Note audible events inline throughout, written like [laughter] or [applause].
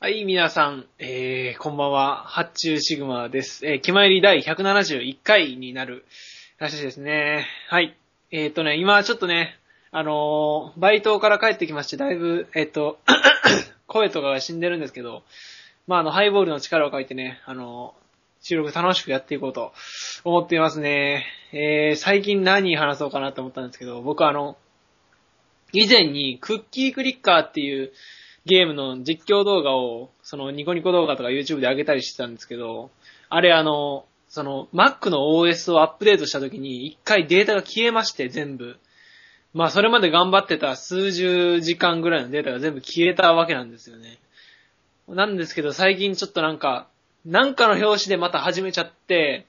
はい、皆さん、えー、こんばんは、発注シグマです。えー、気まり第171回になるらしいですね。はい。えー、っとね、今ちょっとね、あのーバイトから帰ってきまして、だいぶ、えーっと、 [coughs] 声とかが死んでるんですけど、まあ、あの、ハイボールの力を借りてね、あのー収録楽しくやっていこうと思っていますね。えー、最近何話そうかなと思ったんですけど、僕はあの、以前にクッキークリッカーっていうゲームの実況動画を、そのニコニコ動画とか YouTube で上げたりしてたんですけど、あれあの、その Mac の OS をアップデートした時に一回データが消えまして全部。まあそれまで頑張ってた数十時間ぐらいのデータが全部消えたわけなんですよね。なんですけど最近ちょっとなんか、なんかの表紙でまた始めちゃって、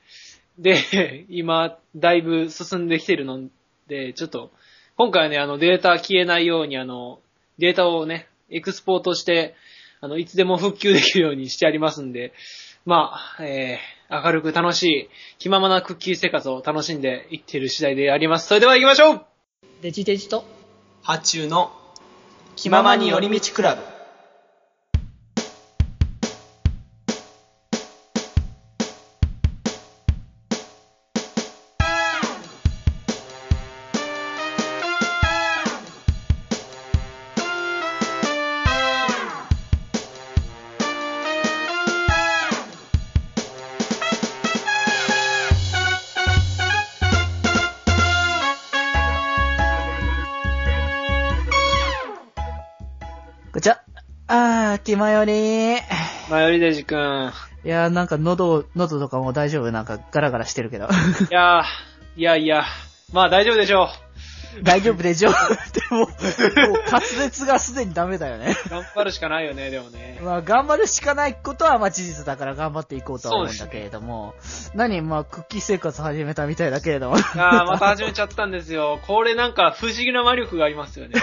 で、 [laughs] 今、だいぶ進んできてるので、ちょっと、今回はね、あの、データ消えないように、あの、データをね、エクスポートして、あの、いつでも復旧できるようにしてありますんで、まあ、えー、明るく楽しい、気ままなクッキー生活を楽しんでいっている次第であります。それでは行きましょうデジデジと発注の気ままに寄り道クラブ。ごちゃあー、気まよりー。まよりデジ君。いやーなんか喉、喉とかもう大丈夫なんかガラガラしてる [laughs] けど。いやー、いやいや、まあ大丈夫でしょう。大丈夫でしょでも、もう滑舌がすでにダメだよね。頑張るしかないよね、でもね。まあ、頑張るしかないことはまあ事実だから頑張っていこうとは思うんだけれども。何まあ、クッキー生活始めたみたいだけれども。 [laughs] いやー、また始めちゃったんですよ。これなんか不思議な魔力がありますよね。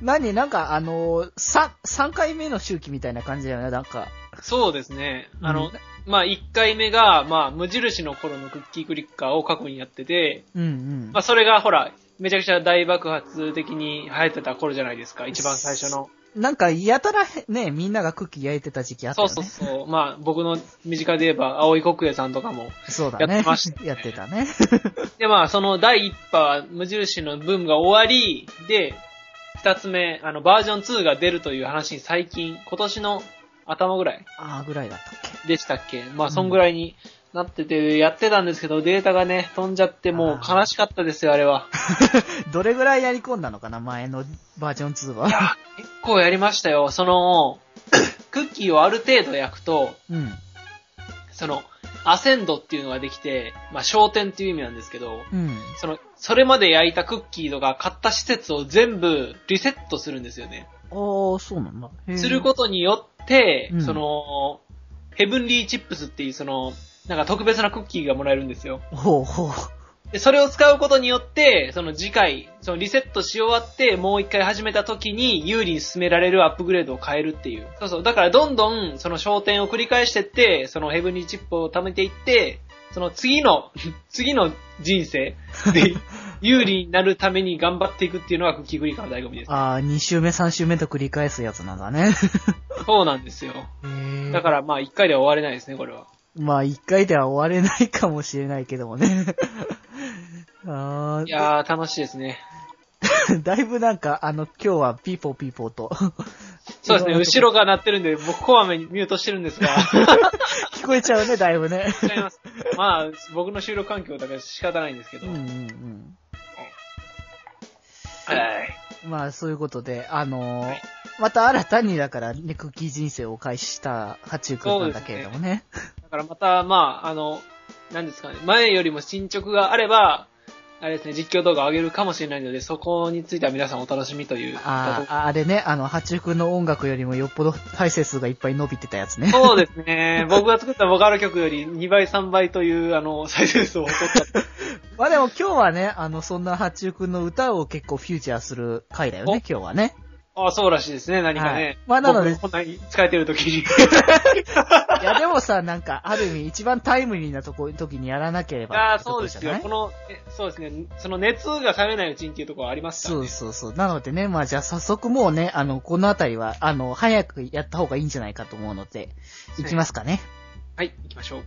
何なんかあのー、3、3回目の周期みたいな感じだよね、なんか。そうですね。あの、うんまあ、1回目が、まあ、無印の頃のクッキークリッカーを過去にやってて、うんうんまあ、。それがほら、めちゃくちゃ大爆発的に流行ってた頃じゃないですか、一番最初の。なんか、やたらへね、みんながクッキー焼いてた時期あったそようね。そうそう。まあ、僕の身近で言えば、青井国栄さんとかも。そうだね。やってましたね [laughs] やってたね。で、まあ、その第1波は無印のブームが終わり、で、2つ目、あの、バージョン2が出るという話に最近、今年の頭ぐらいああ、ぐらいだったっけ。でしたっけまあ、そんぐらいになってて、やってたんですけど、データがね、飛んじゃって、もう悲しかったですよ、あれは。どれぐらいやり込んだのかな、前のバージョン2は。結構やりましたよ。その、クッキーをある程度焼くと、うん。その、アセンドっていうのができて、まあ、焦点っていう意味なんですけど、うん。その、それまで焼いたクッキーとか買った施設を全部リセットするんですよね。ああ、そうなんだ。へーすることによって、うんその、ヘブンリーチップスっていうその、なんか特別なクッキーがもらえるんですよ。ほうほう。で、それを使うことによって、その次回、そのリセットし終わって、もう一回始めた時に有利に進められるアップグレードを変えるっていう。そうそう。だからどんどん、その焦点を繰り返してって、そのヘブンリーチップを貯めていって、その次の、 [laughs] 次の人生で有利になるために頑張っていくっていうのがクッキーグリカの醍醐味です。ああ、2周目、3周目と繰り返すやつなんだね。。そうなんですよ。だかららまあ一回では終われないですね、これは。まあ、1回では終われないかもしれないけどもね。 [laughs] あいやー、楽しいですね。あ、だいぶなんか、あの、今日はピーポーピーポーと。そうですね、後ろが鳴ってるんで、僕こまめにミュートしてるんですが。聞こえちゃうね、だいぶね。違います。まあ、僕の収録環境だから仕方ないんですけうど。んうはい。んうん。まあ、そういうことで、あのーはいまた新たにだから、ね、クッキー人生を開始した八中くんなんだけれどもね。だからまた、まあ、あの、何ですかね、前よりも進捗があれば、あれですね、実況動画を上げるかもしれないので、そこについては皆さんお楽しみという。ああ、あれね、あの、八中くんの音楽よりもよっぽど再生数がいっぱい伸びてたや [laughs] つね。そうですね。僕が作ったボカロ曲より2倍、3倍という、あの、再生数を誇った。まあでも今日はね、あの、そんな八中くんの歌を結構フューチャーする回だよおね、今日はね。ああ、そうらしいですね、何かはねい。まあなので僕もこんなに使えてる時に。いや、でもさ、なんか、ある意味、一番タイムリーなとこ、時にやらなければ。ああ、そうですじゃなよ。いこの、えそうですね。その熱が冷めないうちにっていうところはありますからそうね。そうそう。なのでね、まあじゃあ早速もうね、あの、このあたりは、あの、早くやった方がいいんじゃないかと思うので、いきますかね。はい、行きましょう。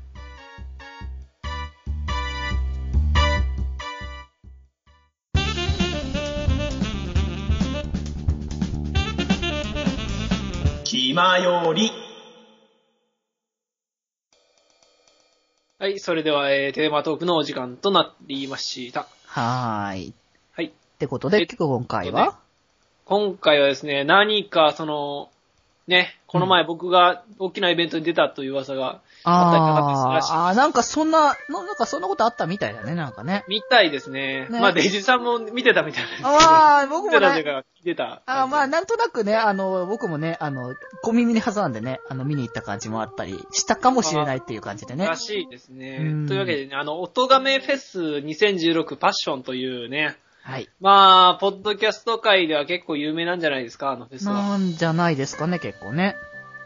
気まより。はい、それでは、えー、テーマトークのお時間となりました。はーい。っはい。てことで、え結構今回えっとは、今回はですね、何か、その、ね、この前僕が大きなイベントに出たという噂が、ああったりなかったりするらしいですーあー、なんかそんな、ななんかそんなことあったみたいだね、なんか [laughs] ね。見たいですね。ねまあ、デイジさんも見てたみたいなんですけど。ああ、僕見てもたというね、か、聞いてた。あーまあなんとなくね、あの、僕もね、あの、小耳に挟んでね、あの、見に行った感じもあったりしたかもしれないっていう感じでねら。しいですねうん。というわけでね、あの、音亀フェス2016パッションというね、はい。まあ、ポッドキャスト界では結構有名なんじゃないですか、あのフェスは。なんじゃないですかね、結構ね。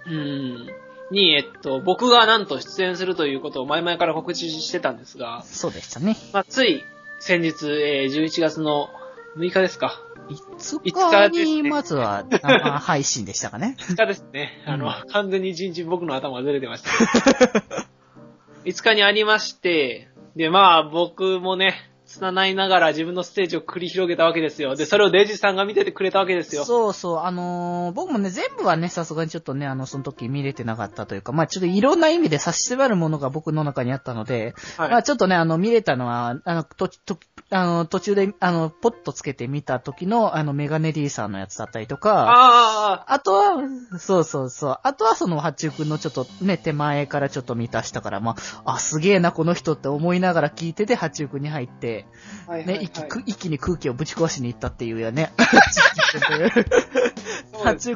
うん。に、えっと、僕がなんと出演するということを前々から告知してたんですが、そうでしたね。まあ、つい先日、えー11月の6日ですか。 5日ですに、ねまずは、生配信でしたかね。 5日ですね。あの、完全に一日僕の頭がずれてました。5日にありまして、で、まあ、僕もね、拙いながら自分のステージを繰り広げたわけですよ。で、それをデイジーさんが見ててくれたわけ [laughs] ですよ。そうそう、あのー僕もね、全部はね、さすがにちょっとね、あの、その時見れてなかったというか、まあちょっといろんな意味で差し迫るものが僕の中にあったので、はいまあちょっとね、あの、見れたのは、あの、と、と、あの、途中で、あの、ポッとつけて見た時の、あの、メガネ D さんのやつだったりとか、あああ、とは、そうそうそう。あとはその、八中くんのちょっとね、手前からちょっと見たしたから、まあ、あ、すげえな、この人って思いながら聞いてて、八中くんに入って、はいはいね、はい一気く一気に空気をぶち壊しに行ったっていう [laughs] よね。そうです八中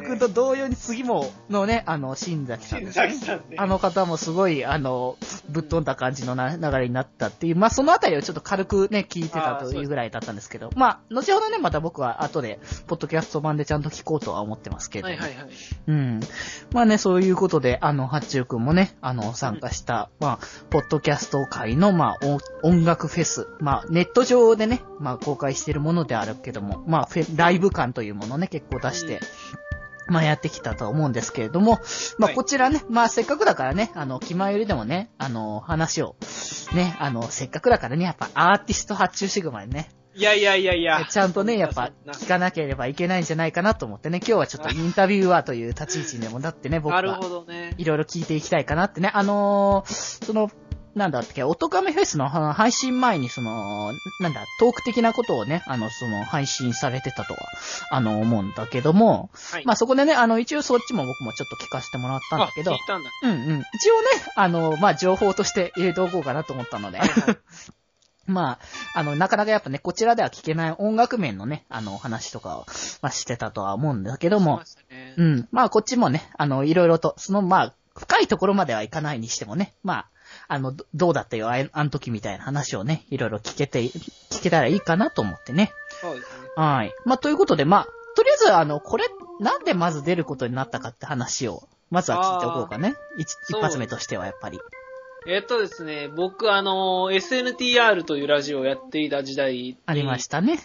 ねくんと同様に次も、のね、あの、新崎さん新ですね崎。さんね [laughs] あの方もすごい、あの、ぶっ飛んだ感じのな流れになったっていう、まあ、そのあたりをちょっと軽くね、聞いてあたーそうといでうすぐらいだったんですけど、まあ、後ほどね、また僕は後で、ポッドキャスト版でちゃんと聞こうとは思ってますけれどはも、いはいはい。うん。まあね、そういうことで、あの、八中くんもね、あの、参加した、まあ、ポッドキャスト界の、まあ、お音楽フェス。まあ、ネット上でね、まあ、公開しているものであるけども、まあ、フェライブ感というものをね、結構出して、まあ、やってきたと思うんですけれども、まあ、はいこちらね、まあ、せっかくだからね、あの、気前よりでもね、あの、話を、ね、あの、せっかくだからね、やっぱ、アーティスト発注シグマにね、いやいやいやいや。ちゃんとね、やっぱそんなそ聞んかなければいけないんじゃないかなと思ってね、今日はちょっとインタビュアーという立ち位置にでもなってね、僕ななるはほどね。いろいろ聞いていきたいかなってね、あのーその、なんだっけ、音亀フェスのあの配信前に、その、なんだ、トーク的なことをね、あの、その、配信されてたとは、あの、思うんだけども、はいまあそこでね、あの、一応そっちも僕もちょっと聞かせてもらったんだけどあ聞い、たんだ。うんうん。一応ね、あの、まあ、情報として入れておこうかなと思ったので。 [laughs] [laughs] まあ、あの、なかなかやっぱね、こちらでは聞けない音楽面のね、あの、お話とかを、まあ、してたとは思うんだけど聞きもま、したねうん。まあ、こっちもね、あの、いろいろと、その、まあ、深いところまではいかないにしてもね、まあ、あの、どどうだったよ、あれあの時みたいな話をね、いろいろ聞けて、聞けたらいいかなと思ってね。そうですね。はい。まあ、ということで、まあ、とりあえず、あの、これ、なんでまず出ることになったかって話を、まずは聞いておこうかね。一一そう発目としては、やっぱり。えっとですね、僕、あの、SNTR というラジオをやっていた時代にありましたね。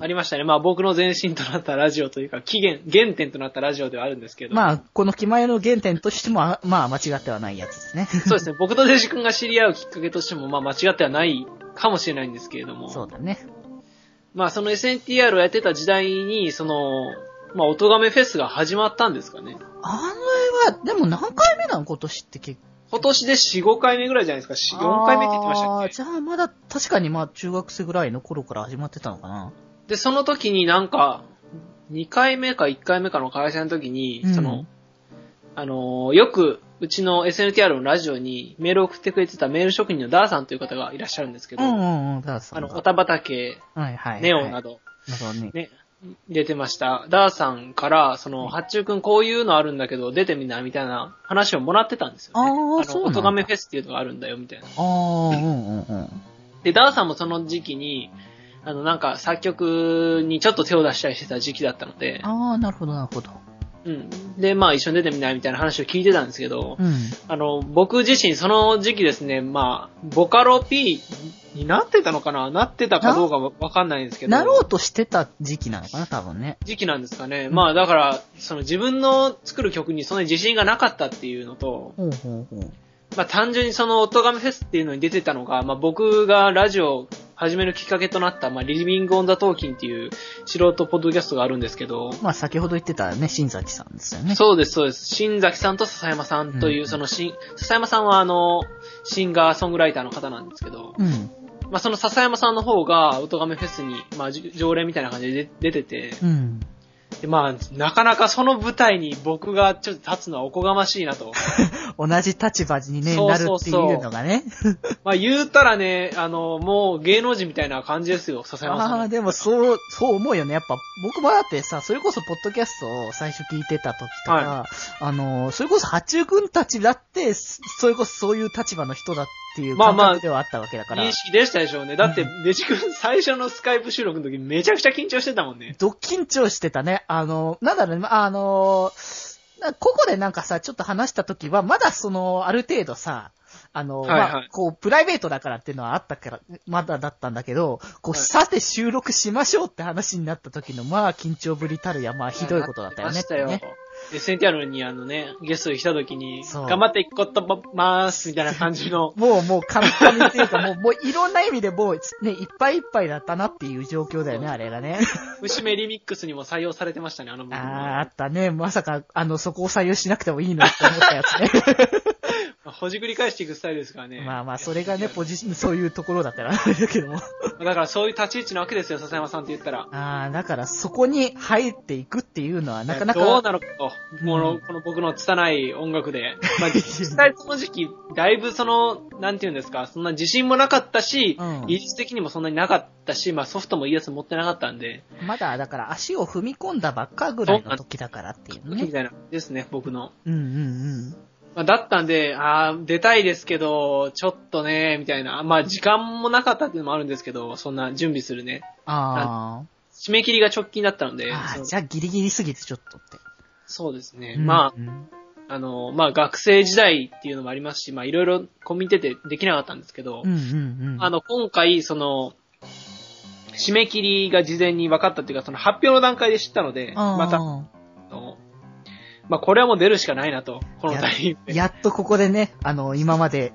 ありましたね。まあ僕の前身となったラジオというか、起源、原点となったラジオではあるんですけど。まあ、この気前の原点としても、あまあ、間違ってはないやつですね。そうですね。僕とデジ君が知り合うきっかけとしても、まあ間違ってはないかもしれないんですけれども。そうだね。まあその SNTR をやってた時代に、その、まあ音亀フェスが始まったんですかね。あれは、でも何回目なの今年って結今年で4、5回目ぐらいじゃないですか。4、4回目って言ってましたあっーけじゃあ、まだ、確かにまあ、中学生ぐらいの頃から始まってたのかな。で、その時になんか、2回目か1回目かの会社の時に、うんその、あのーよく、うちの SNTR のラジオにメールを送ってくれてたメール職人のダーさんという方がいらっしゃるんですけうど、んうんうん。だからそあのの、オタ畑、はいはいはい。ネオなど、なるほ [laughs] どね。ね、出てました。ダーさんから、その、八中くんこういうのあるんだけど、出てみな、みたいな話をもらってたんですよね。あーそうなんだ音亀フェスっていうのがあるんだよ、みたいな。ああ、うんうんうん。で、ダーさんもその時期に、あの、なんか、作曲にちょっと手を出したりしてた時期だったので、ああ、なるほどなるほど。うん。で、まあ一緒に出てみないみたいな話を聞いてたんですけど、うん。あの、僕自身その時期ですね、まあ、ボカロ P になってたのかななってたかどうかわわかんないんですけど。なろうとしてた時期なのかな、多分ね。時期なんですかね。うんまあだから、その自分の作る曲にそんなに自信がなかったっていうのと、ほうほうほう。まあ単純にそのオットガメフェスっていうのに出てたのが、まあ僕がラジオを始めるきっかけとなった、まあリビングオンザトーキンっていう素人ポッドキャストがあるんですけど、まあ、先ほど言ってたね、新崎さんですよね。そうです、そうです。新崎さんと笹山さんというう、んそのし、笹山さんはあの、シンガーソングライターの方なんですけど、うん。まあその笹山さんの方が、オトガメフェスに、まあじ常連みたいな感じで出出てて、うん。でまあ、なかなかその舞台に僕がちょっと立つのはおこがましいな [laughs] と。同じ立場にね、そうなるそうっていそううのがね。まあ言うたらね、あの、もう芸能人みたいな感じですよ、笹山さんああー、は。でもそう、そう思うよね。やっぱ、僕もだってさ、それこそポッドキャストを最初聞いてた時とか、はあのー、それこそ八中君たちだって、そそれこそそういう立場の人だっていうまあ感まあ覚ではあったわけだから、認識でしたでしょうね。だってう、デジ君最初のスカイプ収録の時めちゃくちゃ緊張してたもんね。ド緊張してたね。あのー、なんだろうね、まああのー、なここでなんかさ、ちょっと話した時は、まだその、ある程度さ、あのー、はいはいまあ、こう、プライベートだからっていうのはあったから、まだだったんだけど、こはう、いさて収録しましょうって話になった時の、まあ、緊張ぶりたるや、まあ、ひどいことだったよねなっっててまね。したよ。SNTR にあのね、ゲストに来た時に、そう。頑張っていこうと思います、みたいな感じの [laughs] もう、もう、簡単にっていうか、もう、もう、いろんな意味でもう、ね、いっぱいいっぱいだったなっていう状況だよね、あれがね。 [laughs] 節目リミックスにも採用されてましたね、あのあ僕あ、あったね。まさか、あの、そこを採用しなくてもいいのって思ったやつね。ほじくり返していくスタイルですからね。まあまあ、それがね、 SNTR ポジシ [laughs] ョン、そういうところだったらあれだけども。 [laughs] だからそういう立ち位置なわけですよ、笹山さんって言ったら。ああ、だから、そこに入っていくっていうのは、なかなか、どうなのかと、うんこの、この僕の拙い音楽 [laughs] で。まあ、実際その時期、だいぶその、なんていうんですか、そんな自信もなかったし、うん技術的にもそんなになかったし、まあソフトもいいやつ持ってなかったんで、まだ、だから、足を踏み込んだばっかぐらいの時だからっていうみね。たいな感じですね、僕の。うんうんまあ、だったんで、ああ、出たいですけど、ちょっとね、みたいな。まあ時間もなかったっていうのもあるんですけど、そんな準備するね。うん。あ締め切りが直近だったのであ、、あそあ、うじゃあ、ギリギリすぎてちょっとって。そうですね。まあ、うんうんあの、まあ、学生時代っていうのもありますし、まあ、いろいろコミュニティでできなかったんですけど、うんうんうん。あの、今回、その、締め切りが事前に分かったっていうか、その発表の段階で知ったので、あー、また、あのまあ、これはもう出るしかないなと、このタイミングで。やっとここでね、あの、今まで、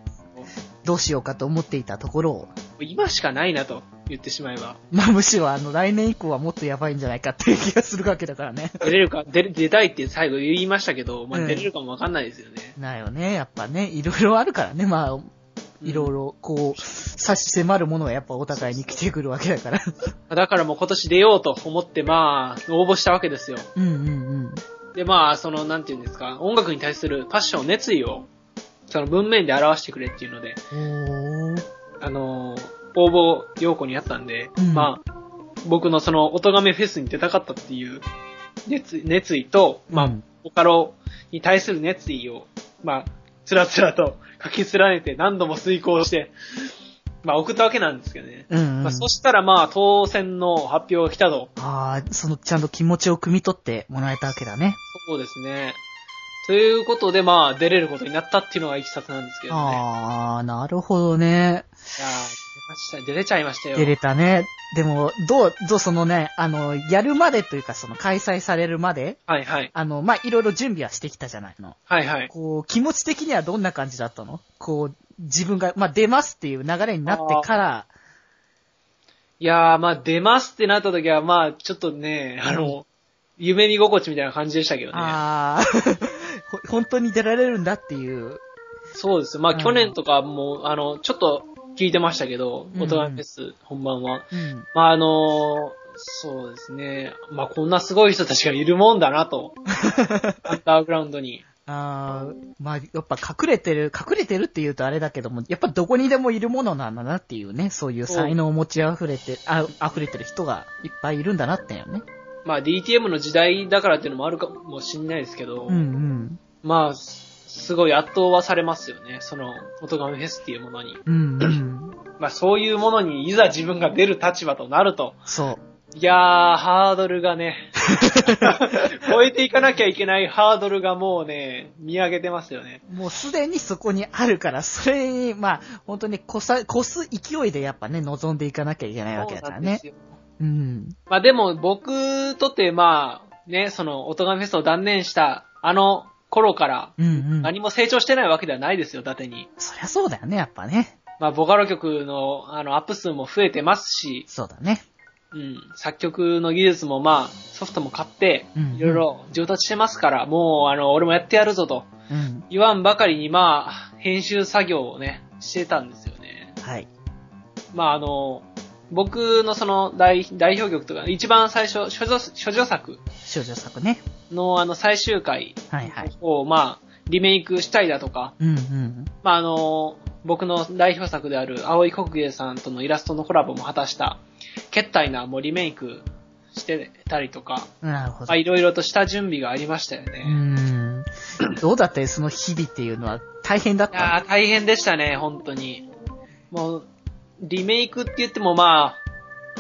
どうしようかと思っていたところを、今しかないなと言ってしまえば、まあ、むしろ、あの、来年以降はもっとやばいんじゃないかっていう気がするわけだからね。出れるか、出れ出たいって最後言いましたけど、まうあ、ん出れるかも分かんないですよね。なよね、やっぱね、いろいろあるからね、まあ、いろいろ、こう、差し迫るものはやっぱお互いに来てくるわけだから。だからもう今年出ようと思って、まあ、応募したわけですよ。うんうんで、まあ、その、なんていうんですか、音楽に対するパッション、熱意を、その文面で表してくれっていうので、うん。おー。あのー応募要項にあったんで、うんまあ、僕のその、音亀フェスに出たかったっていう熱意、熱意と、まあ、うんボカロに対する熱意を、まあ、つらつらと書き連ねて何度も遂行して、まあ、送ったわけなんですけどね。うん、うん。まあ、そしたらまあ、当選の発表が来たと。ああ、その、ちゃんと気持ちを汲み取ってもらえたわけだね。そうですね。ということで、まあ、出れることになったっていうのがいきさつなんですけどね。ああ、なるほどね。いやー出ました、出れちゃいましたよ。出れたね。でも、どう、どうそのね、あの、やるまでというか、その開催されるまで、はいはい。あの、まあ、いろいろ準備はしてきたじゃないの。はいはい。こう、気持ち的にはどんな感じだったのこう、自分が、まあ、出ますっていう流れになってから、いやー、まあ、出ますってなった時は、まあ、ちょっとね、あの、夢見心地みたいな感じでしたけどね。あー [laughs] ほ本当に出られるんだっていう。そうです。まうあ、ん去年とかも、あの、ちょっと聞いてましたけど、うん大人フェス本番は。うん。まあ、あのーそうですね。まあ、こんなすごい人たちがいるもんだな [laughs] と。アンダーグラウンドに。あーまあ、やっぱ隠れてる、隠れてるって言うとあれだけども、やっぱどこにでもいるものなんだなっていうね、そういう才能を持ち溢れて、あ溢れてる人がいっぱいいるんだなってよね。まあ、DTM の時代だからっていうのもあるかもしんないですけど、うんうん。まあ、すすごい圧倒はされますよね。その、音ガメフェスっていうものに。うんうん。まあ、そういうものにいざ自分が出る立場となると。そう。 [laughs] いやー、ハードルがね、超えていかなきゃいけないハードルがもうね、見上げてますよね。もうすでにそこにあるから、それに、まあ、本当にこさ、こす勢いでやっぱね、望んでいかなきゃいけないわけだからね。よ。うん。まあでも僕とてまあ、ね、その、オトガメフェスを断念したあの頃から、うんうん。何も成長してないわけではないですよ、伊達に。そりゃそうだよね、やっぱね。まあ、ボカロ曲の、あの、アップ数も増えてますし、そうだね。うん、作曲の技術もまあ、ソフトも買ってう、んいろいろ上達してますから、もう、あの、俺もやってやるぞと、うん。言わんばかりにまあ、編集作業をね、してたんですよね。はい。まあ、あの、僕のその代代表曲とか、一番最初、諸女諸女作少女作ね。のあの最終回はいはい。を、まあ、リメイクしたりだとか、うんうん。まあ、あの、僕の代表作である、青井国芸さんとのイラストのコラボも果たした、ケッタイナーもリメイクしてたりとか、なるほまど。あ、いろいろとした準備がありましたようね。ーん。どうだったよその日々っていうのは大変だっいやた。ー大変でしたね、本当に。もう、リメイクって言ってもまあ、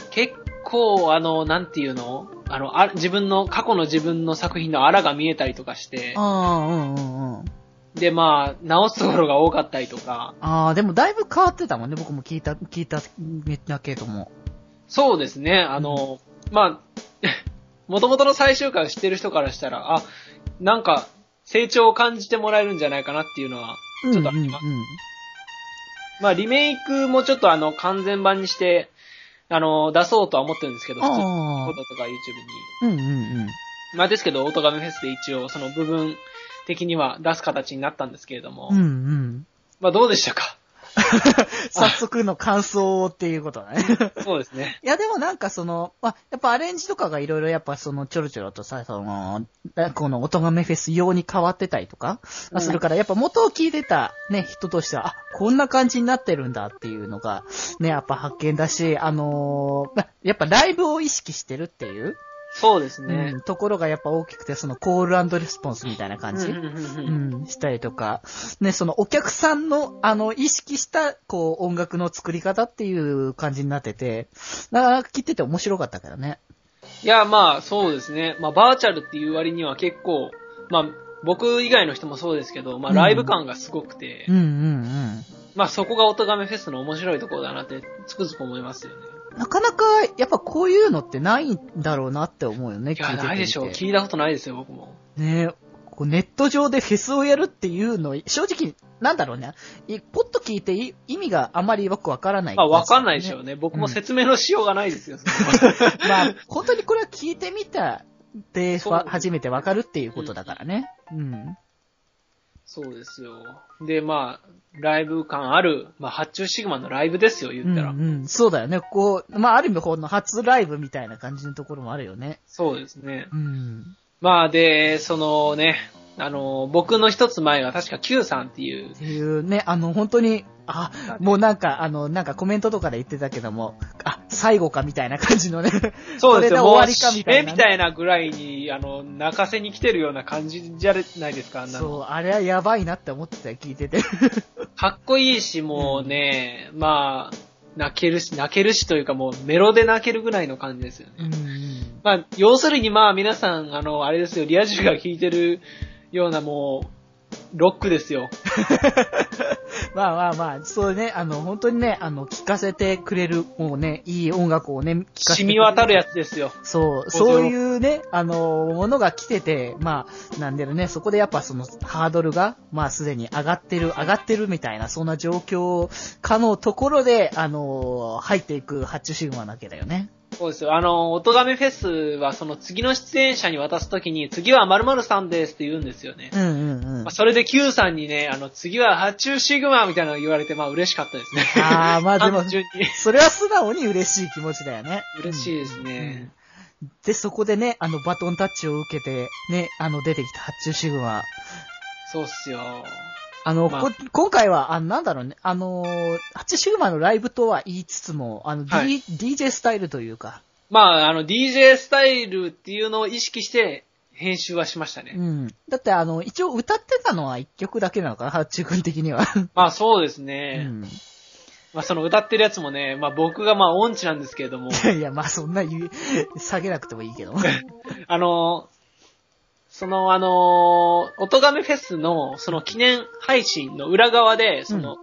結構、あの、なんていうのあのあ、自分の、過去の自分の作品のあらが見えたりとかして、ああ、うんうんうん。で、まあ、直すところが多かったりとか、ああ、でもだいぶ変わってたもんね。僕も聞いた、聞いた、めっちゃけども。そうですね。あの、まあ、 [laughs] 元々の最終回を知ってる人からしたら、あ、なんか、成長を感じてもらえるんじゃないかなっていうのは、ちょっとあうんうんりうんます。まあ、リメイクもちょっとあの、完全版にして、あの、出そうとは思ってるんですけど、普通のああこ。ととか YouTube に。うんうんうん。まあ、ですけど、オートガメフェスで一応、その部分的には出す形になったんですけれども、うんうん。まあ、どうでしたか早速の感想っていうことだね。 [laughs] そうですね。いや、でもなんかその、まあ、やっぱアレンジとかがいろいろやっぱそのちょろちょろとさ、その、この音めフェス用に変わってたりとか、まあするから、やっぱ元を聞いてたね、人としては、あ、こんな感じになってるんだっていうのが、ね、やっぱ発見だし、あのーまあやっぱライブを意識してるっていう、そうですねう。ん、ところがやっぱ大きくて、そのコールレスポンスみたいな感じ。うんうんうんうんうん、したりとか、ね、そのお客さんの、あの、意識した、こう、音楽の作り方っていう感じになってて、なかなか聞いてて面白かったからね。いや、まあ、そうですね。まあ、バーチャルっていう割には結構、まあ、僕以外の人もそうですけど、まあ、うんライブ感がすごくて、うんうんまあ、そこがおとがめフェスの面白いところだなって、つくづく思いますよね。うん。なかなか、やっぱこういうのってないんだろうなって思うよね、いや、聞いててみてないでしょう。聞いたことないですよ、僕も。ねこうネット上でフェスをやるっていうの、正直、なんだろうね。いポッと聞いてい意味があまりよくわからない、まあ、わかんないでしょねうね。僕も説明のしようがないですよ、そこは [laughs] [laughs] まあ、本当にこれは聞いてみたで、そうわ初めてわかるっていうことだからね。うんそうですよ。で、まあ、ライブ感ある、まあ、発注シグマのライブですよ、言ったら。うんうん、そうだよね。こう、まあ、ある意味、この初ライブみたいな感じのところもあるよね。そうですね。うん。まあ、で、そのね、あの、僕の一つ前が確か Q さんっていうっ、ていうね、あの、本当に、あ、もうなんか、あの、なんかコメントとかで言ってたけども、あ、最後かみたいな感じのね。そうですよ、こもうれで終わりかみ締ためいなねみたいなぐらいに、あの、泣かせに来てるような感じじゃないですか、あんなの。そう、あれはやばいなって思ってたよ、聞いてて。かっこいいし、もうね、まあ、泣けるし、泣けるしというかもうメロで泣けるぐらいの感じですよね。うん。まあ、要するにまあ皆さん、あの、あれですよ、リア充が聴いてるようなもう、ロックですよ。まあまあまあ、そうね、あの、本当にね、あの、聴かせてくれる、もうね、いい音楽をね、聴か染せてくれみる渡るやつですよ。そう、そういうね、あのものが来てて、まあ、なんでね、そこでやっぱそのハードルが、まあすでに上がってる、上がってるみたいな、そんな状況下のところで、あの入っていく発注シグマなわけだよね。そうですよ。あの、音亀フェスはその次の出演者に渡すときに、次は〇〇さんですって言うんですよね。うんうんうまんあ、。それで Q さんにね、あの、次は発注シグマみたいなの言われて、まあ嬉しかったですね。あーまあでも単純に。それは素直に嬉しい気持ちだよね。嬉しいですね。うん。で、そこでね、あの、バトンタッチを受けて、ね、あの、出てきた発注シグマ。そうっすよ。あの、まあこ今回は、あの、なんだろうね、あのー、ハチシグマのライブとは言いつつも、あの、D はい DJ スタイルというか、まあ、あの、DJ スタイルっていうのを意識して編集はしましたね。うん。だって、あの、一応歌ってたのは一曲だけなのかな、ハチ君的には。まあそうですうね。ん。まあその歌ってるやつもね、まあ僕がまあ音痴なんですけれども、いや、まあそんな言う、下げなくてもいいけど。あのーそのあのー、音亀フェスのその記念配信の裏側で、その、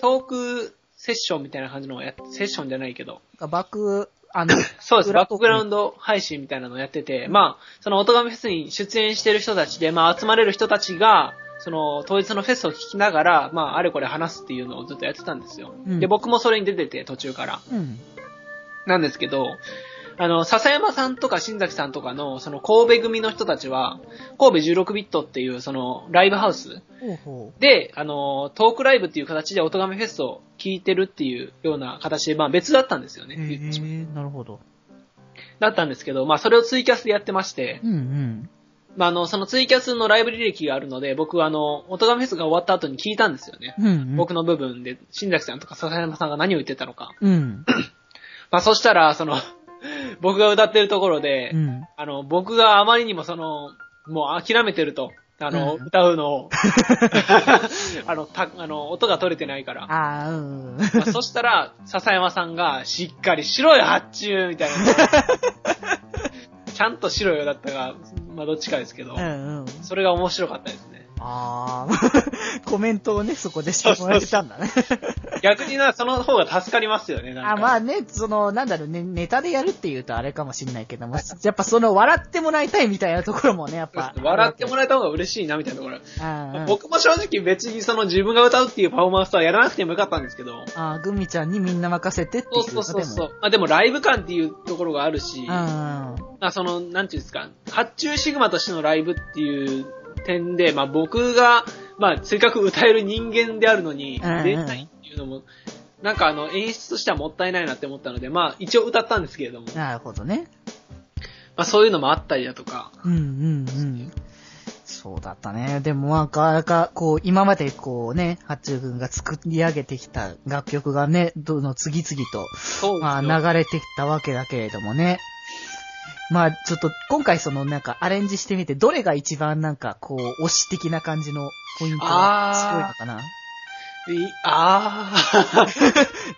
トークセッションみたいな感じのをやっセッションじゃないけど、バック、あの、そうです。裏バトックークグラウンド配信みたいなのをやってて、まあ、その音楽フェスに出演してる人たちで、まあ、集まれる人たちが、その、当日のフェスを聞きながら、まあ、あれこれ話すっていうのをずっとやってたんですよ。うんで、僕もそれに出てて、途中から。うん。なんですけど、あの、笹山さんとか新崎さんとかの、その、神戸組の人たちは、神戸16ビットっていう、その、ライブハウスほうほで、あの、トークライブっていう形で音楽フェスを聞いてるっていうような形で、まあ、別だったんですよう。ね。へえ、なるほど。だったんですけど、まあ、それをツイキャスでやってましてう、んうん。まあ、あの、そのツイキャスのライブ履歴があるので、僕はあの、音楽フェスが終わった後に聞いたんですよね。うんうん。僕の部分で、新崎さんとか笹山さんが何を言ってたのか。うん。まあ、そしたら、その、僕が歌ってるところで、うん。あの、僕があまりにもその、もう諦めてると。あの、うん歌うの [laughs] を。あの、た、あの、音が取れてないから。ああ、うん。まあそしたら、笹山さんが、しっかりしろよ、発注みたい [laughs] な。ちゃんとしろよだったが、まあ、どっちかですけどう、んうん。それが面白かったですね。ああ、 [laughs] コメントをね、そこでしてもらえたんだね。逆にな、その方が助かりますよね、なんか。あまあね、その、なんだろうね、ネタでやるって言うとあれかもしんないけども、やっぱその笑ってもらいたいみたいなところもね、やっぱ。笑ってもらえた方が嬉しいな、みたいなところ。うんうん僕も正直別にその自分が歌うっていうパフォーマンスはやらなくてもよかったんですけど、ああ、グミちゃんにみんな任せてっていうそこうとでそも。うそうそう。まあでもライブ感っていうところがあるし、うんうん。まあ、その、なんていうんですか、発注シグマとしてのライブっていう点で、まあ僕が、まあせっかく歌える人間であるのに、うんうん出ないっていうのも、なんかあの演出としてはもったいないなって思ったので、まあ一応歌ったんですけれども、まなるほどね。あそういうのもあったりだとか、うんうんうん。そうだったね。でもなんか、なんかこう、今までこうね、八中君が作り上げてきた楽曲がね、どの次々と、そうですまあ、よ流れてきたわけだけれどもね。まあ、ちょっと、今回そのなんかアレンジしてみて、どれが一番なんかこう、推し的な感じのポイントが強いのかないああ、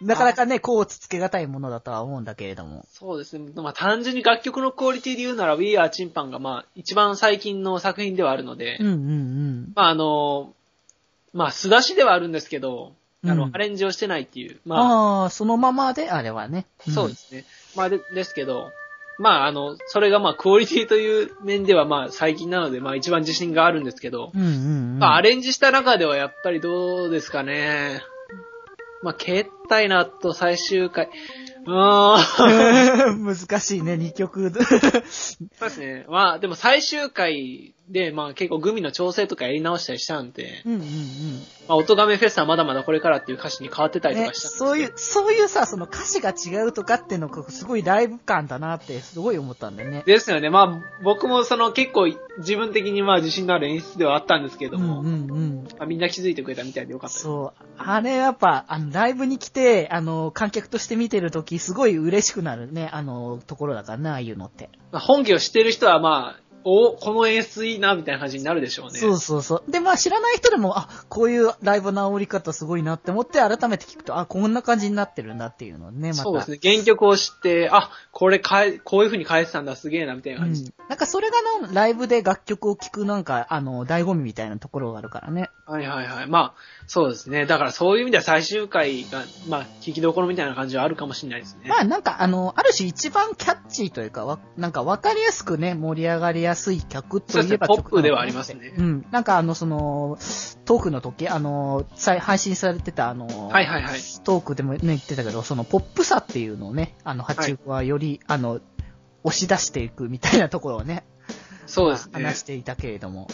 なかなかね、こう、つつけがたいものだとは思うんだけれども。 [laughs] そうですね。まあ単純に楽曲のクオリティで言うなら、We Are チンパンがまあ一番最近の作品ではあるので、うんうんうん。まああの、まあ素出しではあるんですけど、あの、うんアレンジをしてないっていう、まあ、ああー、そのままで、あれはね。んそうで。すね。まあで、ですけど、まあ、あの、それがまあ、クオリティという面ではまあ、最近なので、まあ、一番自信があるんですけど、うんうんうん。まあ、アレンジした中ではやっぱりどうですかね。まあ、携帯なと最終回。うーん。 [laughs] [laughs] 難しいね、2曲。 [laughs] そうですね。まあ、でも最終回で、まあ、結構グミの調整とかやり直したりしたんで、うんうんうん。まあ、音亀フェスはまだまだこれからっていう歌詞に変わってたりとねか、したんですけどそういう、そういうさ、その歌詞が違うとかっていうのが、すごいライブ感だなって、すごい思ったんだよね。ですよね。まあ、僕もその結構自分的にまあ自信のある演出ではあったんですけどうんも、うんうん。まあ、みんな気づいてくれたみたいでよかったです。そう。あれやっぱ、あの、ライブに来て、あの、観客として見てるとき、すごい嬉しくなるね、あの、ところだからな、ああいうのって。まあ、本気を知ってる人はまあ、お、この演出いいな、みたいな感じになるでしょうね。そうそうそう。で、まあ知らない人でも、あ、こういうライブの煽り方すごいなって思って、改めて聞くと、あ、こんな感じになってるんだっていうのね、また。そうですね。原曲を知って、あ、これ変え、こういう風に変えてたんだ、すげえな、みたいなう感んじ。、なんかそれがなライブで楽曲を聴くなんか、あの、醍醐味みたいなところがあるからね。はいはいはい。まあ、そうですね。だからそういう意味では最終回が、まあ、聞きどころみたいな感じはあるかもしれないですね。まあなんかあの、ある種一番キャッチーというか、わなんかわかりやすくね、盛り上がりやすい曲といえそうばですね曲なのかなってポップではありますねうん。なんかあの、その、トークの時、あの、さい配信されてたあの、はいはいはい。トークでもね、言ってたけど、そのポップさっていうのをね、あの、八中はより、あの、押し出していくみたいなところをね、そうですね。話していたけれども。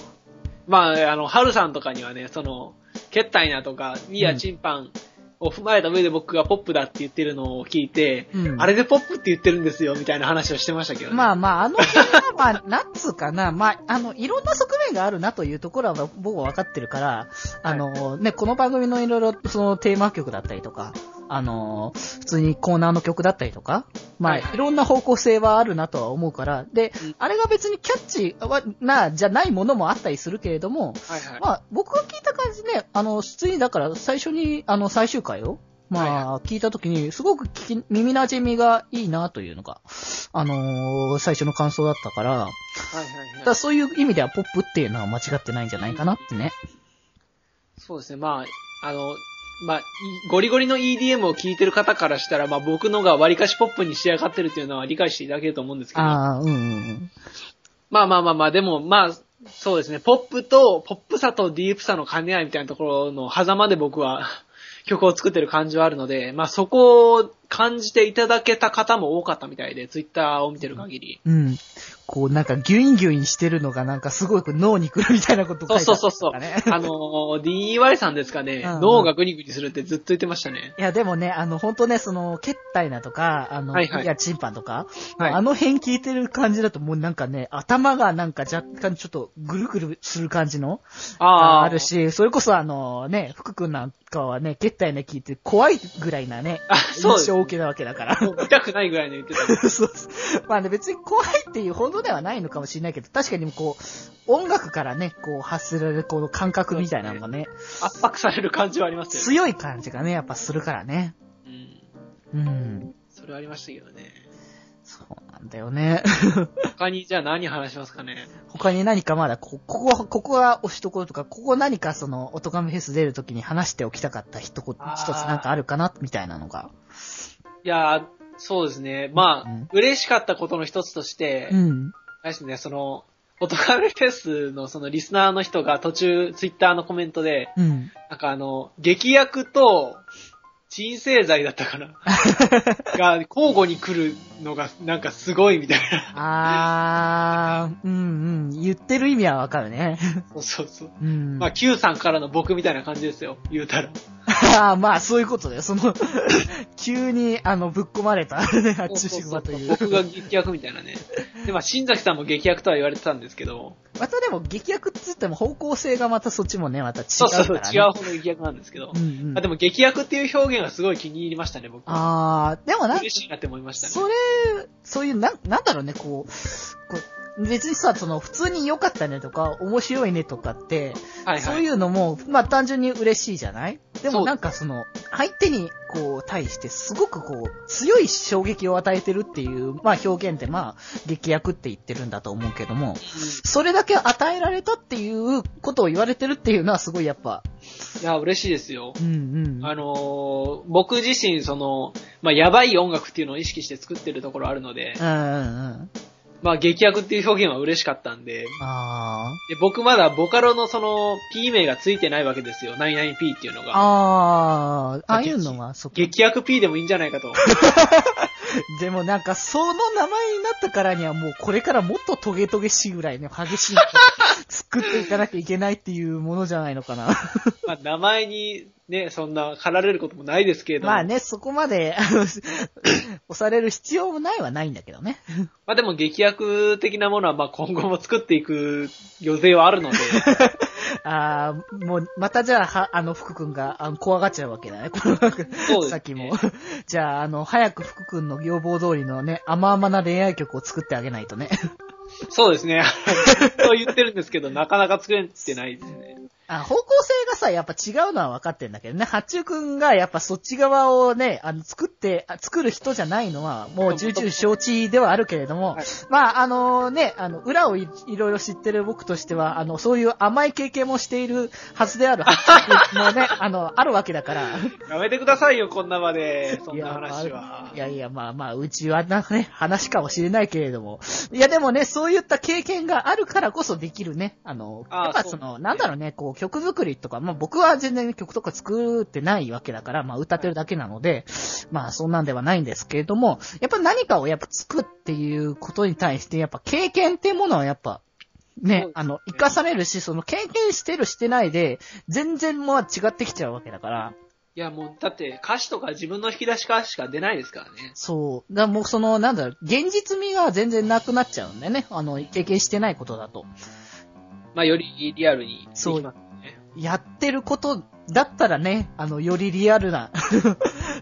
まあ、あの、ハルさんとかにはね、その、けったいなとか、ミうアんチンパンを踏まえた上で僕がポップだって言ってるのを聞いて、うんあれでポップって言ってるんですよ、みたいな話をしてましたけどね。まあ、あまあ、あの辺は、まあ、なんつうかな、 [laughs] まあ、あの、いろんな側面があるなというところは僕は分かってるから、あの、ね、この番組のいろいろ、そのテーマ曲だったりとか、あの、普通にコーナーの曲だったりとか、まあ、はいいはいろんな方向性はあるなとは思うから、でうん、あれが別にキャッチは、な、じゃないものもあったりするけれども、はいはい。まあ、僕が聞いた感じね、あの、普通にだから最初に、あの、最終回を、まあ、聞いたときに、すごく聞き、耳馴染みがいいなというのが、あのー最初の感想だったから、はいはいだかはらい。そういう意味ではポップっていうのは間違ってないんじゃないかなってね。そうですね。まあ、あの、まあ、いゴリゴリの EDM を聴いてる方からしたら、まあ僕のが割かしポップに仕上がってるっていうのは理解していただけると思うんですけど、ああ、うんうんまあまあまあまあ、でもまあ、そうですね、ポップと、ポップさとディープさの兼ね合いみたいなところの狭間で僕は [laughs] 曲を作ってる感じはあるので、まあそこを感じていただけた方も多かったみたいで、ツイッターを見てる限り。うん。うん。こう、なんか、ギュインギュインしてるのが、なんか、すごく脳に来るみたいなこと書いてあったそうそうそうそうからね。あのー、DY さんですかねうんう、ん脳がグニグニするってずっと言ってましたね。いや、でもね、あの、本当ね、その、ケッタイなとか、あの、はいいはいや、チンパンとか、はいあの辺聞いてる感じだと、もうなんかね、頭がなんか若干ちょっとぐるぐるする感じの、ある。し、それこそあの、ね、福君なんかはね、ケッタイね、聞いて怖いぐらいなね、あ、そうで印す象を受けたわけだから。もう見たくないぐらいの言ってた。 [laughs] そうそう。まあね、別に怖いっていうほどではないのかもしれないけど、確かにこう、音楽からね、こう、発せられるこの感覚みたいなのがね、圧迫される感じはありますよね。強い感じがね、やっぱするからね。うん。うん。それはありましたけどね。そうなんだよね。他に、じゃあ何話しますかね。他に何かまだ、こここは、ここは押しところとか、ここ何かその、おとがめフェス出るときに話しておきたかった一言、あー一つなんかあるかな、みたいなのが。いやー、そうですね。まあ、うん嬉しかったことの一つとして、うん。あれですね、その、音カメフェスのそのリスナーの人が途中、ツイッターのコメントで、うん。なんかあの、劇薬と、鎮静剤だったか [laughs] なが、交互に来るのが、なんかすごいみたいな。あー、うんうん。言ってる意味はわかるね。そうそうそう。うん。まあ、Q さんからの僕みたいな感じですよ、言うたら。 [laughs] ああ、まあ、そういうことだよ。[laughs] その、急に、あの、ぶっ込まれた、ね、ハッチュシグマという。僕が劇薬みたいなね。で、まあ、新崎さんも劇薬とは言われてたんですけど、またでも、劇薬って言っても方向性がまたそっちもね、また違そううそうかそう、違ら、ね。う方の劇薬なんですけど。うんうん。あでも、劇薬っていう表現がすごい気に入りましたね、僕。あーでもなんか、嬉しいなって思いましたね。それ、そういう、なん、なんだろうね、こう、こう別にさ、その、普通に良かったねとか、面白いねとかって、はいそはうい。いうのも、まあ単純に嬉しいじゃないでそもうなんかその、相手にこう対してすごくこう、強い衝撃を与えてるっていう、まあ表現ってまあ、劇薬って言ってるんだと思うけども、それだけ与えられたっていうことを言われてるっていうのはすごいやっぱ、うんいや、嬉しいですよ。うんうん。あのー僕自身、その、まあ、やばい音楽っていうのを意識して作ってるところあるので、うんうんうん。まあ、劇薬っていう表現は嬉しかったんで、あで僕まだボカロのその、P 名がついてないわけですよ。99P っていうのあ。が。ああ、ああいうのは、そっか。劇薬 P でもいいんじゃないかと。 [laughs] でもなんか、その名前になったからにはもうこれからもっとトゲトゲしいぐらいね、激しいのを [laughs] 作っていかなきゃいけないっていうものじゃないのかな。まあ、名前にね、そんな、駆られることもないですけれども。まあね、そこまで、あの [coughs] 押される必要もないはないんだけどね。まあでも、劇薬的なものは、まあ今後も作っていく予定はある [laughs] ので、ああ、もう、またじゃあ、は、あの、福くんが、あの、怖がっちゃうわけだね、この、そうですねさっきも。じゃあ、あの、早く福くんの要望通りのね、甘々な恋愛曲を作ってあげないとね。そうですね。 [laughs] そう言ってるんですけど、なかなか作れてないですね。あ、方向性がさ、やっぱ違うのは分かってんだけどね。八中くんがやっぱそっち側をね、あの、作って、あ作る人じゃないのは、もう重々承知ではあるけれども、はいまあ、あのね、あの、裏をいいろいろ知ってる僕としては、あの、そういう甘い経験もしているはずである八中くん [laughs] もね、あの、あるわけだから。やめてくださいよ、こんな場で、そんな話いやまはあい。やいや、まあまあ、うちはなね、話かもしれないけれ [laughs] ども。いやでもね、そういった経験があるからこそできるね。あの、ああやっぱそうそでの、すねなんだろうね、こう、曲作りとか、まあ僕は全然曲とか作ってないわけだから、まあ歌ってるだけなので、まあそんなんではないんですけれども、やっぱ何かをやっぱ作っていうことに対して、やっぱ経験ってものはやっぱ、そうですねね、あの、生かされるし、その経験してるしてないで、全然まあ違ってきちゃうわけだから。いや、もう、だって、歌詞とか自分の引き出しからしか出ないですからね。そう。だからもうその、なんだろう、現実味が全然なくなっちゃうんだよね。あの、経験してないことだと。まあ、よりリアルにできます。そうやってることだったらね、あの、よりリアルな [laughs]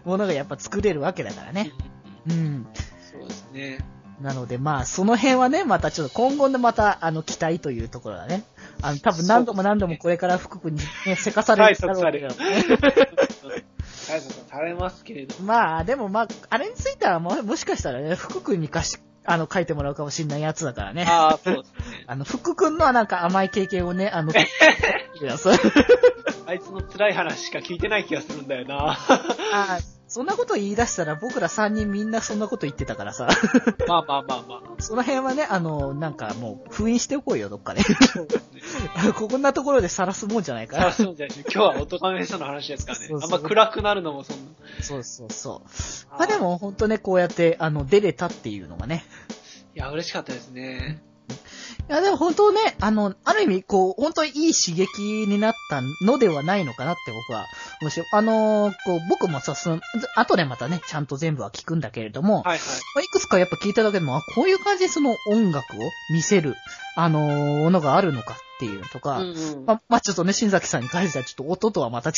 ものがやっぱ作れるわけだからね。うん。そうですね。なのでまあ、その辺はね、またちょっと今後のまた、あの、期待というところだね。あの、多分何度も何度もこれから福君にね、せかされるだろうけどね。さやさんされますけれども。まあ、でもまあ、あれについてはも、もしかしたらね、福君にかし、あの、書いてもらうかもしんないやつだからね。ああ、そうですね。あの、福君のなんか甘い経験をね、あの、いやそうあいつの辛い話しか聞いてない気がするんだよな。あそんなこと言い出したら僕ら3人みんなそんなこと言ってたからさ。まあまあまあまあ。その辺はね、あの、なんかもう封印しておこうよ、どっかで。そうですね。こんなところで晒すもんじゃないかさあ、ら。そうじゃない今日はおとがめさんの話ですからねそう。そあうんま暗くなるのもそんそうそうそう。な。まあで。も本当ね、こうやって、あの、出れたっていうのがね。いや、嬉しかったですね。いやでも本当ね、あの、ある意味、こう、本当にいい刺激になったのではないのかなって僕は、むしろ、あのーこう、僕もさ、その、後でまたね、ちゃんと全部は聞くんだけれども、はいはい。まあいくつかやっぱ聞いただけでも、あ、こういう感じでその音楽を見せる、あのーものがあるのかっていうのとか、うんうんまあ、まあ、ちょっとね、新崎さんに関してはちょっと音とはまた違う。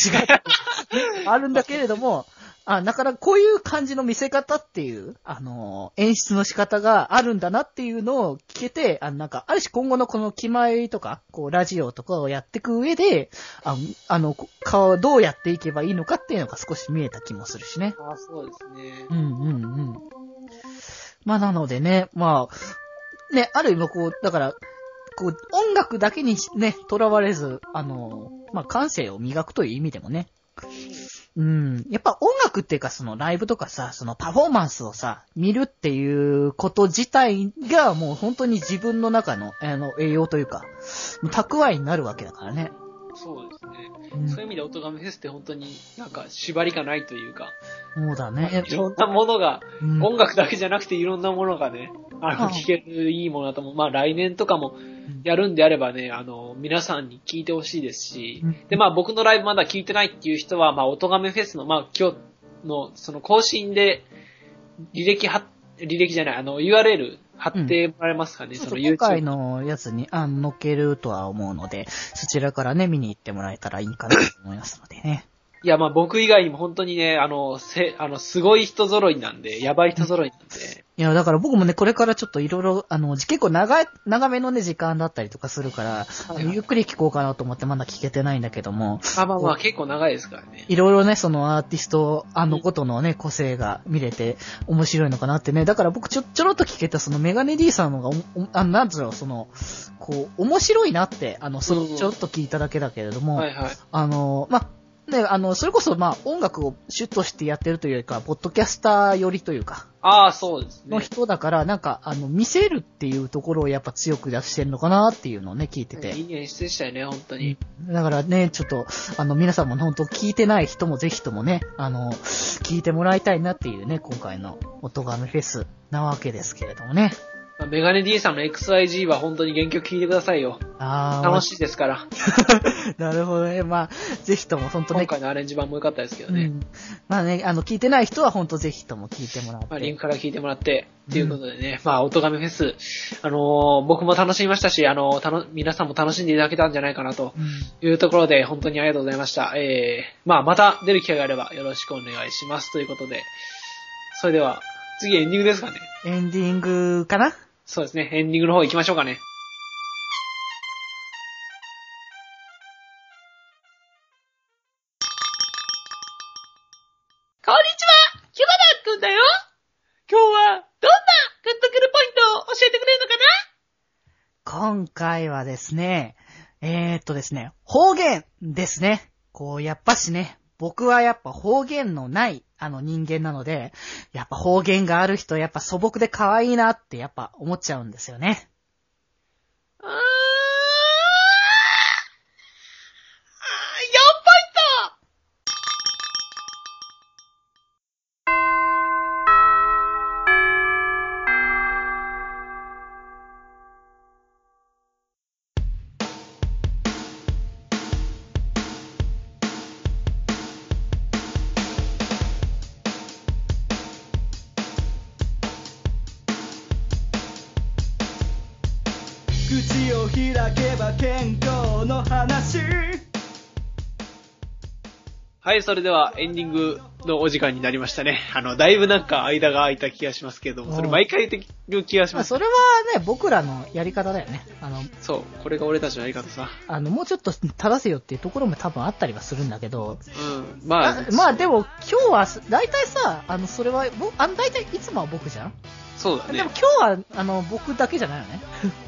あるんだけれども、あ、だからこういう感じの見せ方っていう、あのー演出の仕方があるんだなっていうのを聞けて、あなんか、ある種今後のこの気前とか、こう、ラジオとかをやっていく上で、ああの、こ顔をどうやっていけばいいのかっていうのが少し見えた気もするしね。ああ、そうですね。うんうんうん。まあなのでね、まあ、ね、ある意味こう、だから、こう、音楽だけにね、とらわれず、あの、まあ感性を磨くという意味でもね。うん。やっぱ音楽っていうかそのライブとかさ、そのパフォーマンスをさ、見るっていうこと自体がもう本当に自分の中の、あの、栄養というか、蓄えになるわけだからね。そうですね。うんそういう意味でおとがめフェスって本当になんか縛りがないというか、そうだね。いろんなものが、うん音楽だけじゃなくていろんなものがね、あうの、ん聴けるいいものだと思う。まあ来年とかもやるんであればね、あの、皆さんに聞いてほしいですし、で、まあ僕のライブまだ聞いてないっていう人は、まあ、おとがめフェスの、まあ今日のその更新で、履歴は、履歴じゃない、あの、URL 貼ってもらえますかね、ちょっそとの今回 YouTube。のやつに、あ、乗っけるとは思うので、そちらからね、見に行ってもらえたらいいかなと思いますのでね。いや、まあ僕以外にも本当にね、あの、せ、あの、すごい人揃いなんで、やばい人揃いなんで、いや、だから僕もね、これからちょっといろいろ、あの、じ結構長い、長めのね、時間だったりとかするから、あはいのはいゆっくり聞こうかなと思ってまだ聞けてないんだけども、まあまあまあ結構長いですからね。いろいろね、そのアーティスト、あのうんことのね、個性が見れて面白いのかなってね。だから僕ちょ、ちょろっと聞けたそのメガネ D さんの方がお、おあの、なんつうの、その、こう、面白いなって、あの、その、うんちょろっと聞いただけだけれども、はいはい。あの、まあ、ね、あの、それこそ、まあ、音楽をシュッとしてやってるというよりかは、ポッドキャスター寄りというか、ああ、そうですねの。人だから、なんか、あの、見せるっていうところをやっぱ強く出してるのかなっていうのをね、聞いてて。いい演出でしたよね、本当に。だからね、ちょっと、あの、皆さんも本当聞いてない人もぜひともね、あの、聞いてもらいたいなっていうね、今回の音ガメフェスなわけですけれどもね。まあメガネ D さんの XYG は本当に原曲聴いてくださいよ。あー、楽しいですから。なるほどね。まあ、ぜひとも本当今ね、回のアレンジ版も良かったですけどうね。ん。まあね、あの、聞いてない人は本当ぜひとも聞いてもらって。まあ、リンクから聞いてもらって、ということでね、まあ、おとがめフェス、あのー僕も楽しみましたし、あのーたの、皆さんも楽しんでいただけたんじゃないかなとうんいうところで、本当にありがとうございました。えー、まあ、また出る機会があればよろしくお願いします。ということで、それでは、次エンディングですかね。エンディングかなそうですね、エンディングの方行きましょうかね。こんにちはキュバダくんだよ今日は、どんなグッとくるポイントを教えてくれるのか今回はですね、えー、っとですね、方言ですね。こう、やっぱしね、僕はやっぱ方言のない、あの人間なので、やっぱ方言がある人、やっぱ素朴で可愛いなってやっぱ思っちゃうんですよね。なあーあー !4 ポイント口を開けば健康の話はい、それではエンディングのお時間になりましたね。あの、だいぶなんか間が空いた気がしますけども、それ毎回できる気がしままあ、す。それはね、僕らのやり方だよね。あの、そう、これが俺たちのやり方さ。あの、もうちょっと正せよっていうところも多分あったりはするんだけど、うん。まああ、まあでも今日はす、大体さ、あの、それは、僕、あの、大体いつもは僕じゃん、そうだでねも。今日は、あの、僕だけじゃないよね。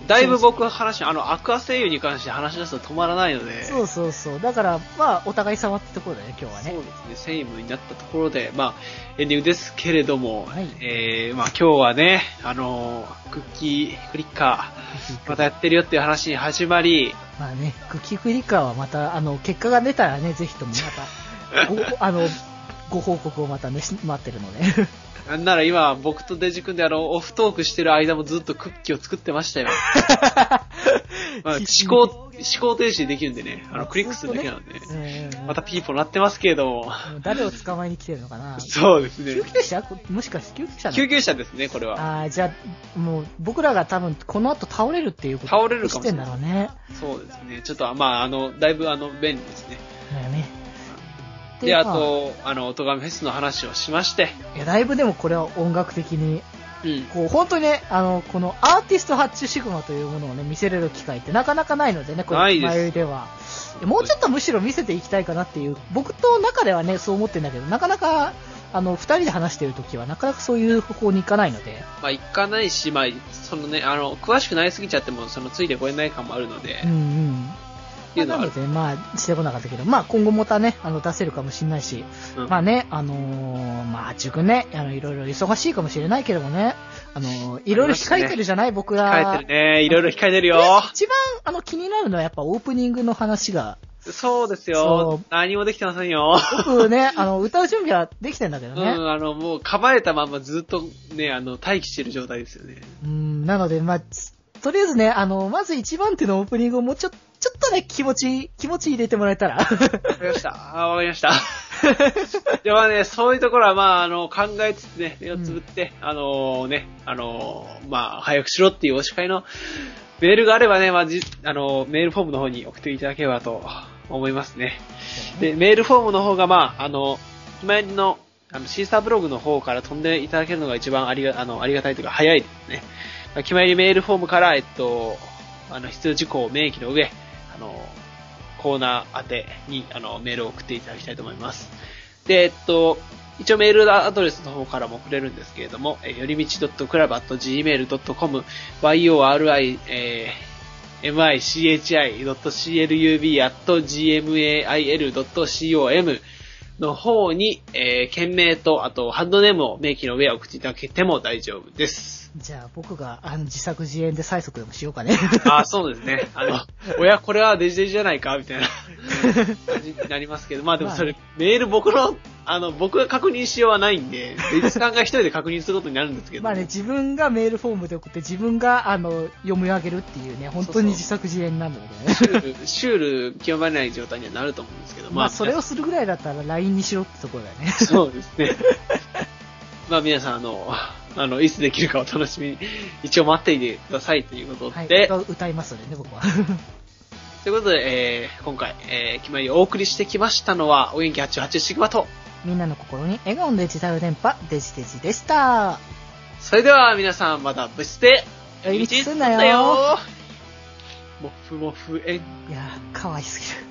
だいぶ僕は話、あの、アクア声優に関して話し出すと止まらないので。そうそうそう。だから、まあ、お互い様ってところだよね、今日はそね。うですね、セイムになったところで、まあ、エンディングですけれども、はいえー、まあ今日はね、あのー、クッキークリッカー、またやってるよっていう話に始まり、まあね、クッキークリッカーはまた、あの、結果が出たらね、ぜひともまた、ご、 [laughs] あの、ご報告をまたね、し待ってるので。なんなら今、僕とデジ君であの、オフトークしてる間もずっとクッキーを作ってま [laughs] したよ。まあ、思考、思考停止できるんでね、あの、クリックするだけなんで、うんまたピーポーなってますけれども、誰を捕まえに来てるのかなそうですね救。急車こもしかして救急車なの救急車ですね、これは。ああ、じゃあ、もう、僕らが多分、この後倒れるっていうこと倒れるかもしれないしてんだろうね。そうですね。ちょっと、まあ、あの、だいぶ、あの、便利ですね。だよね。で、あまと、あの、音亀フェスの話をしまして、いや、だいぶでもこれは音楽的に、うん。こう、本当にね、あの、このアーティスト発注シグマというものをね、見せれる機会ってなかなかないのでね、こないれ、です前では。いやもうちょっとむしろ見せていきたいかなっていう、僕と中ではね、そう思ってんだけど、なかなか、あの、二人で話してるときは、なかなかそういう方向に行かないので、まあ、行かないし、まあ、そのね、あの、詳しくなりすぎちゃっても、その、ついてこれない感もあるので、うんうん。ってまいあうのなはあのる。で、まあ、してこなかったけど、まあ、今後またね、あの、出せるかもしれないし、うんまあね、あのーまあ、自分ね、あの、いろいろ忙しいかもしれないけどもね、あのーいろいろ控えてるじゃない、僕ら。控えてるね。いろいろ控えてるよ。一番、あの、気になるのはやっぱオープニングの話が、そうですそよう。何もできてませんよ。僕 [laughs] ね、あの、歌う準備はできてんだけどうね。ん、あの、もう、構えたままずっとね、あの、待機してる状態ですよね。うん、なので、まあ、つとりあえずね、あの、まず一番手のオープニングをもうちょ、ちょっとね、気持ち、気持ち入れてもらえたら。わかりました。あーわかりました。 [laughs] ではね、そういうところは、まあ、あの、考えつつね、目をつぶって、あのね、あのまあ、早くしろっていうお叱りのメールがあればね、まあ、じ、あのメールフォームの方に送っていただければと思いますね。で、メールフォームの方が、まあ、あの、ひまわりの、あの、シーサーブログの方から飛んでいただけるのが一番ありが、あの、ありがたいというか、早いですね。まあ、決まりメールフォームから、えっと、あの、必要事項を明記の上、あの、コーナー宛てに、あの、メールを送っていただきたいと思います。で、えっと、一応メールアドレスの方からも送れるんですけれども、えーよりみち .club.gmail.com、yori, えー michi.club.gmail.com の方に、えー、件名と、あと、ハンドネームを明記の上送っていただけても大丈夫です。 [laughs] じゃあ、僕が、あの、自作自演で催促でもしようかね。 [laughs] ああ、そうですね。あの、 [laughs] 親、これはデジデジじゃないかみたいな感じになりますけど、まあでもそれ、メール僕の、あの、僕が確認しようはないんで、デジさんが一人で確認することになるんですけど、 [laughs] まあね、自分がメールフォームで送って、自分が、あの、読み上げるっていうね、本当に自作自演なんだけどね。シュール、シュール極まれない状態にはなると思うんですけど、まあ、それをするぐらいだったら LINE にしろってところだよね。そうですね。まあ皆さん、あの、あの、いつできるかお楽しみに、一応待っていてくださいということはい。で、歌いますのでね、僕は。ということで、えー今回、えー、決まりをお送りしてきましたのは、お元気88シグマと、みんなの心に笑顔のデジタル電波、デジデジでした。それでは皆さんまた部室で、寄り道すんなよ寄り道すんなよもふもふえん。いやー、かわいすぎる。